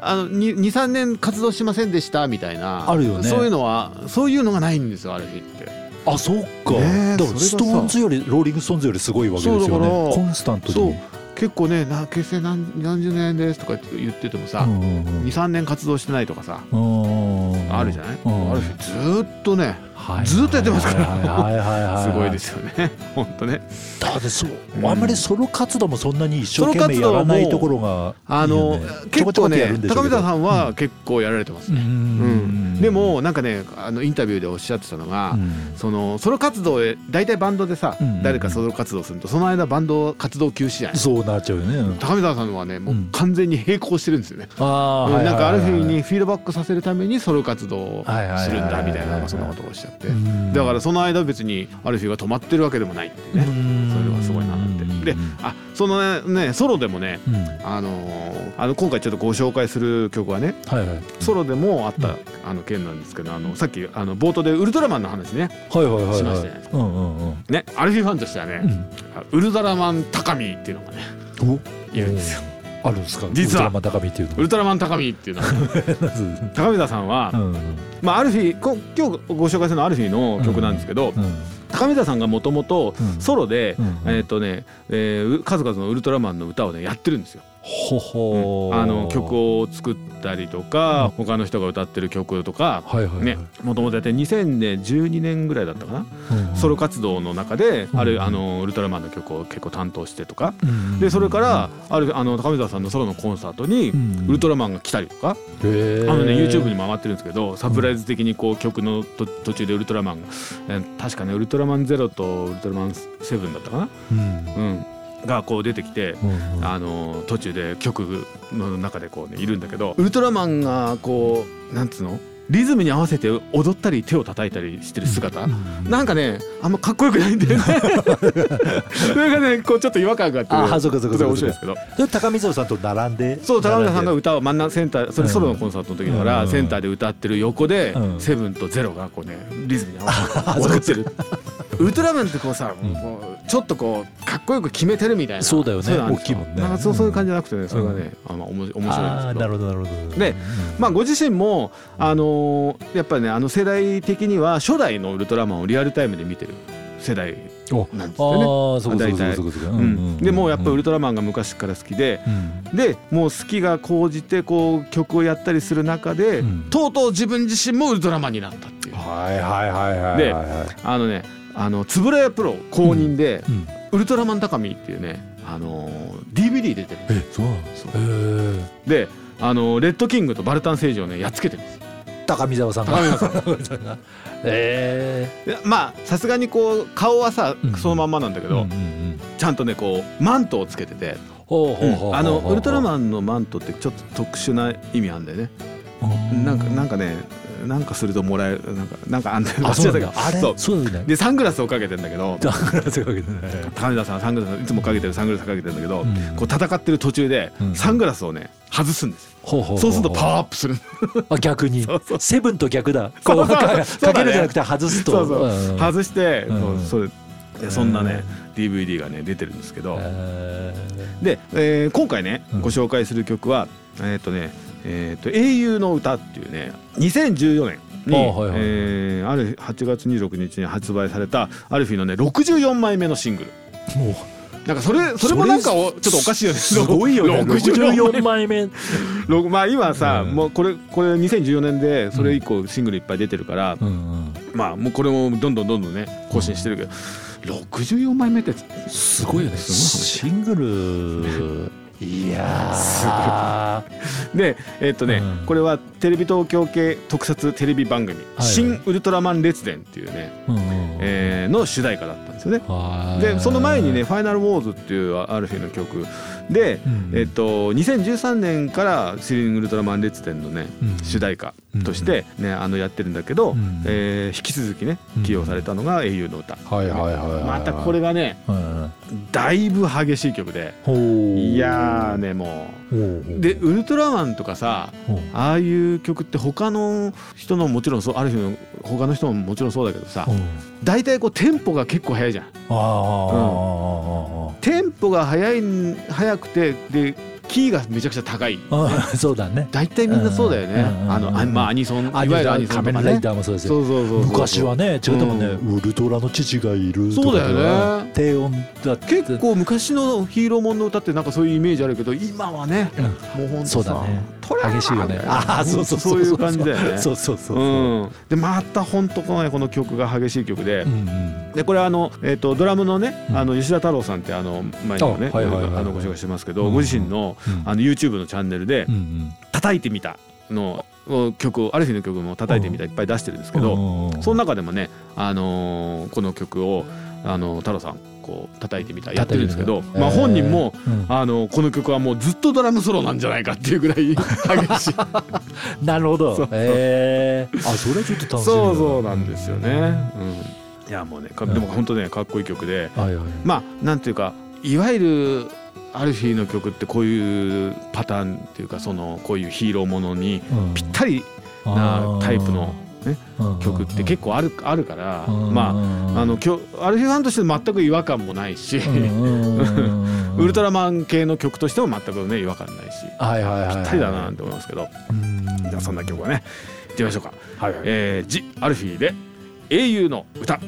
あの23年活動しませんでしたみたいなあるよねそういうのはそういうのがないんですよある日ってあそっか、ねえだからスそトれがさーンズよりローリングストーンズよりすごいわけですそようだからねコンスタントにそう結構ねな結成何何十年ですとか言っててもさ、うんうん23年活動してないとかさうんうんあるじゃない、うんある日ずーっとねはいずっとやってますからはいはいははすごいですすよね 本当ねだってそう、うんあんまりソロ活動もそんなに一生懸命やらないところがあいいのよねち結ょこちょ構こってねやるんでしょ高うけ見ど沢さんは結構やられてますうんね、うんうんでもなんかねあのインタビューでおっしゃってたのが、うんそのソロ活動で大体バンドでさ、うん誰かソロ活動するとその間バンド活動休止じゃないそうなっちゃうよね高見沢さんのはねもううん完全に並行してるんですよね、あうんなんかある日ににフィードバックさせるためにソロ活動をはいはいはいはいするんだみたいなそんなことをおっしゃって、うんだからその間別にある日が止まってるわけでもないっていうね、それはすごいなってであそのねねソロでもねうんあのーあの今回ちょっとご紹介する曲はねはいはいソロでもあった、あの件なんですけどあのさっきあの冒頭でウルトラマンの話ねはいはいはいはいしましたねうんうんうんねアルフィーファンとしてはね、うウんルトラマン高見っていうのがねおいるんですよあるんですか実はウルトラマン高見っていうのウルトラマン高見っていうのは 高見沢さんは、うんうんまあ、アルフィーこ今日ご紹介するのはアルフィーの曲なんですけど、うん高見沢さんがもともとうんソロで、うんうんえーっとねえーう数々のウルトラマンの歌をねやってるんですよ。ほほーあの曲を作ったりとか、他の人が歌ってる曲とか、はいはいはいねもともとやって2012年ぐらいだったかな、うんうんソロ活動の中であうんるあのウルトラマンの曲を結構担当してとか、うんうんうんでそれからあるあの高見沢さんのソロのコンサートにうんウルトラマンが来たりとか、へーあのね YouTube にも上がってるんですけどサプライズ的にこう曲のと途中でウルトラマンが、えー確かねウルトラマンゼロとウルトラマンセブンだったかな、うんうん、がこう出てきて、うんうんあの途中で曲の中でこうねいるんだけどウルトラマンがこうなんつうのリズムに合わせて踊ったり手を叩いたりしてる姿、なんかねあんまかっこよくないん だよねそれがねこうちょっと違和感があってあそうかそうかそうかれ面白いですけどで高見沢さんと並んでそう高村さんが並歌を真ん中センターそれソロのコンサートの時だから、うんセンターで歌ってる横で、うんセブンとゼロがこうねリズムに合わせて踊ってるウルトラマンってこうさ、うんこうちょっとこうかっこよく決めてるみたいなそうだよねいのあるんですよ大きいもんねなんかそうそういう感じじゃなくてねそれがね、あまあおもし面白いんですあけーどなるほどなるほどでうんまあ、ご自身も、あのーやっぱりねあの世代的には初代のウルトラマンをリアルタイムで見てる世代おなんですあよね。ーそうかそう大か体そうかそうかう、うんんでもうやっぱウルトトラマンが昔から好きでラうんでもう好きが高じてこう曲をやったりする中で、うんとうとう自分自身もウルトラマンになったっていうはいはいはいはいではいはいあのねあの円谷プロ公認でうん「ウルトラマン高見」っていうね、あのー DVD 出てるえそうなんですかへーで、あのーレッドキングとバルタン星人をねやっつけてるんです高見沢さんが高見沢さんさんえいやまあさすがにこう顔はさうんそのまんまなんだけえど、ちゃんとねこうマントをつけてて、ほうほうほうあのウルトランマンのマントってちょっと特殊な意味あんだよね、なんかなんかねなんかするともらえるなんかなんかあんだよあ、そうなん忘だれ。たあけれどそそうだよう ね。でサングラスをかけてんだけど だからそういうわけだね。金田さんサングラスいつもかけてるサングラスかけてるんだけど、うんこう戦ってる途中でうんサングラスをね外すんですよ、ほうほうほうそうするとパワーアップするあ逆にそうそうセブンと逆だ。そうこそううそうかけそうだねかけるじゃなくて外すと。そうそう、ん外して、うんそうそれでそんなね、DVD がね出てるんですけど、えで、えー今回ね、うんご紹介する曲はえーっ、とねえーっと「英雄の歌」っていうね2014年に、あはいはいはいえーある8月26日に発売されたアルフィーのね64枚目のシングルーもうなんかそれそれもなんかおそれちょっとおかしいよねすごいよね。 64 64枚目。ろまあ今さ、うんもうこれこれ2014年でそれ以降シングルいっぱい出てるから、うんまあもうこれもどんどんどんどんね更新してるけど、64枚目ってすすごいよね。すシングル。いやー。ごいでえっとね、うんこれはテレビ東京系特撮テレビ番組「はい新ウルトラマン列伝」っていうね、うんうんえーの主題歌だったんですよね。はーいでその前にね「ファイナルウォーズ」っていうある日の曲で、うんえっと、2013年から「シリング・ウルトラマン列伝」のね、うん主題歌として、ねあのやってるんだけど、うんえー引き続きね起用されたのが「英雄の歌」はいはいはいはいまたこれがねうんだいぶ激しい曲でほういやーねもほうほううでウルトラマンとかさほうああいう曲って他の人のもちろんそうある日の他の人ももちろんそうだけどさほう大体こうテンポが結構速いじゃん。あーあーあーあーテンポが速いん速くてでキーがめちゃくちゃ高いあーあーそうだね大体みんなそうだよねうんうんあのあまあアニソンいわあゆるアニソンと仮か面ライねダーもそうですそようそうそうそう昔はね違ったもんね、うウルトラの父がいるとかそうだよね低音だって結構昔のヒーローもんの歌ってなんかそういうイメージあるけど今はねうんもうほんとそうださねトラー激しいよねああそうそうそういう感じだよねそうそうそうそううんでまた本当このねこの曲が激しい曲でう、んうんでこれあの、えー、とドラムのね、うんあの吉田太郎さんってあの前にもねあはいはいはいはいあのご紹介してますけど、うんご自身のうんあの YouTube のチャンネルでうんうん「叩いてみたの」を曲をある日の曲も「叩いてみた」いっぱい出してるんですけうど、んうんうんその中でもね、あのーこの曲を、あのー太郎さんこう叩いてみたやってるんですけど、まあ、本人も、うんあのーこの曲はもうずっとドラムソロなんじゃないかっていうぐらい 激しいなるほどええあそれはちょっと楽しみだそうそうなんですよね。うん、いやもうねかでも本当ねかっこいい曲ではいはいまあなんていうかいわゆるアルフィーの曲ってこういうパターンっていうかそのこういうヒーローものにうんぴったりなタイプの、ね、曲って結構あるあるからまああのきょアルフィーファンとして全く違和感もないし、 ウルトララマン系の曲としても全くね違和感ないしはいはいはいぴったりだなって思いますけど、じゃあそんな曲はねいってみましょうか。はいはいえー、ジ・アルフィーで「英雄の歌」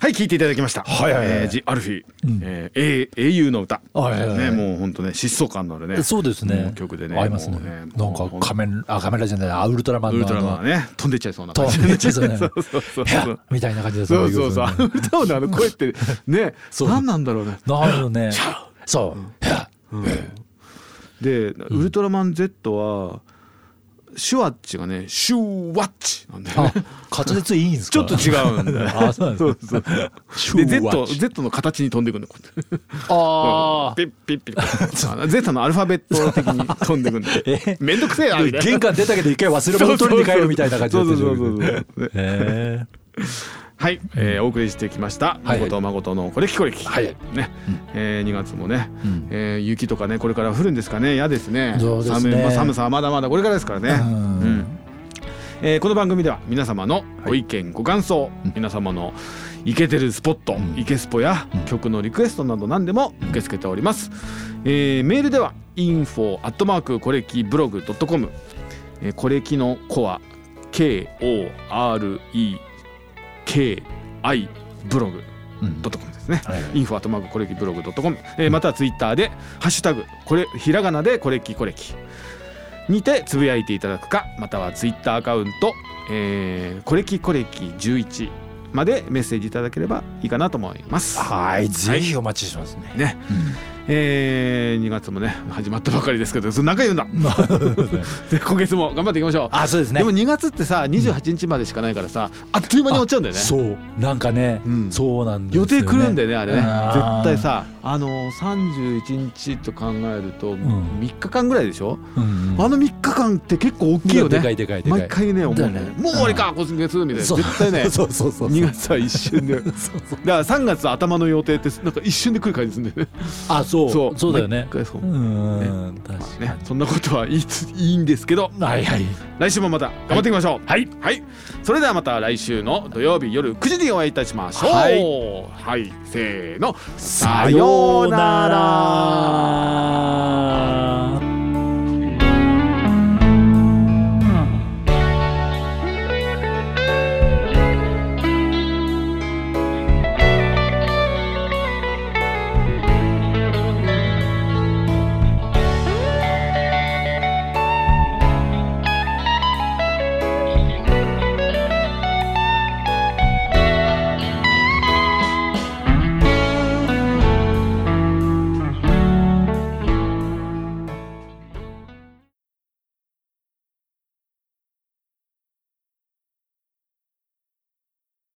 はい聞いていただきました、はいはいはいえージ・アルフィー、うんえーえー英雄の歌」はいはいはいね、もう本当ね疾走感のあるねそうですもねう曲でね合いますねもうねなんか仮面あ仮面ライダーじゃないあウルトラマンウのルトラマンはね飛んでっちゃいそうなと感じめっちゃそう ねそうそうそうヘそアうみたいな感じでそう そうそうあうの歌をねあの声ってね そう何なんだろうねなる よねそうヘアで、ウルトラマン Z はシュワッチがねシュワッチなんだよね あ滑舌いいんですちょかっと違うんだよね あそうなんそうでそうすでね Z, Z の形に飛んでくるのこうやってあピッピッピッあの Z のアルファベット的 に飛んでくるえめんどくせえなみたあいな玄関出たけど一回忘れ物取りに帰るみたいな感じだそっうたそうでしそうそょ うそうねへはい、えー、お送りしてきました「はまいことまことのこれきこれき」はいね、えー、2月もね、んえー雪とかねこれから降るんですかね嫌ですねそうですね寒いまあ寒さはまだまだこれからですからねえうんえーこの番組では皆様のご意見、ご感想、皆様のイケてるスポット、イケスポや曲のリクエストなど何でも受け付けております、えーメールでは info アットマークコレキブログドットコムコレキのコは KOREKI ブログうんドットコムですね、はいはいインフォアットマークコレキブログドットコム、えーまたはツイッターで「ハッシュタグこれひらがなでコレキコレキ」にてつぶやいていただくかまたはツイッターアカウント「えー、コレキコレキ11」までメッセージいただければいいかなと思います。はいぜひお待ちしてますねね、えー、2月もね始まったばかりですけどそれ何回言うんだ で今月も頑張っていきましょう あそうですねでも2月ってさ28日までしかないからさあっという間に終わっちゃうんだよねそうなんかね、うんそうなんですよ、予ね、定来るんだよねあれねあー絶対さあの31日と考えるとん3日間ぐらいでしょ、うんうんあの3日間って結構大きいよねでかいでかいでかい毎回ね思うねだよねもう終わりか今月みたいなそう絶対ね そうそうそう2月は一瞬でだか そうそうら3月頭の予定ってなんか一瞬で来る感じするんだよねあそうそそううだよね毎回そううん、確かに、ねそんなことはいいついいんですけどはいはい来週もまた頑張っていきましょうはい、はい、それではまた来週の土曜日夜9時にお会いいたしましょうははいい、せーのさようなら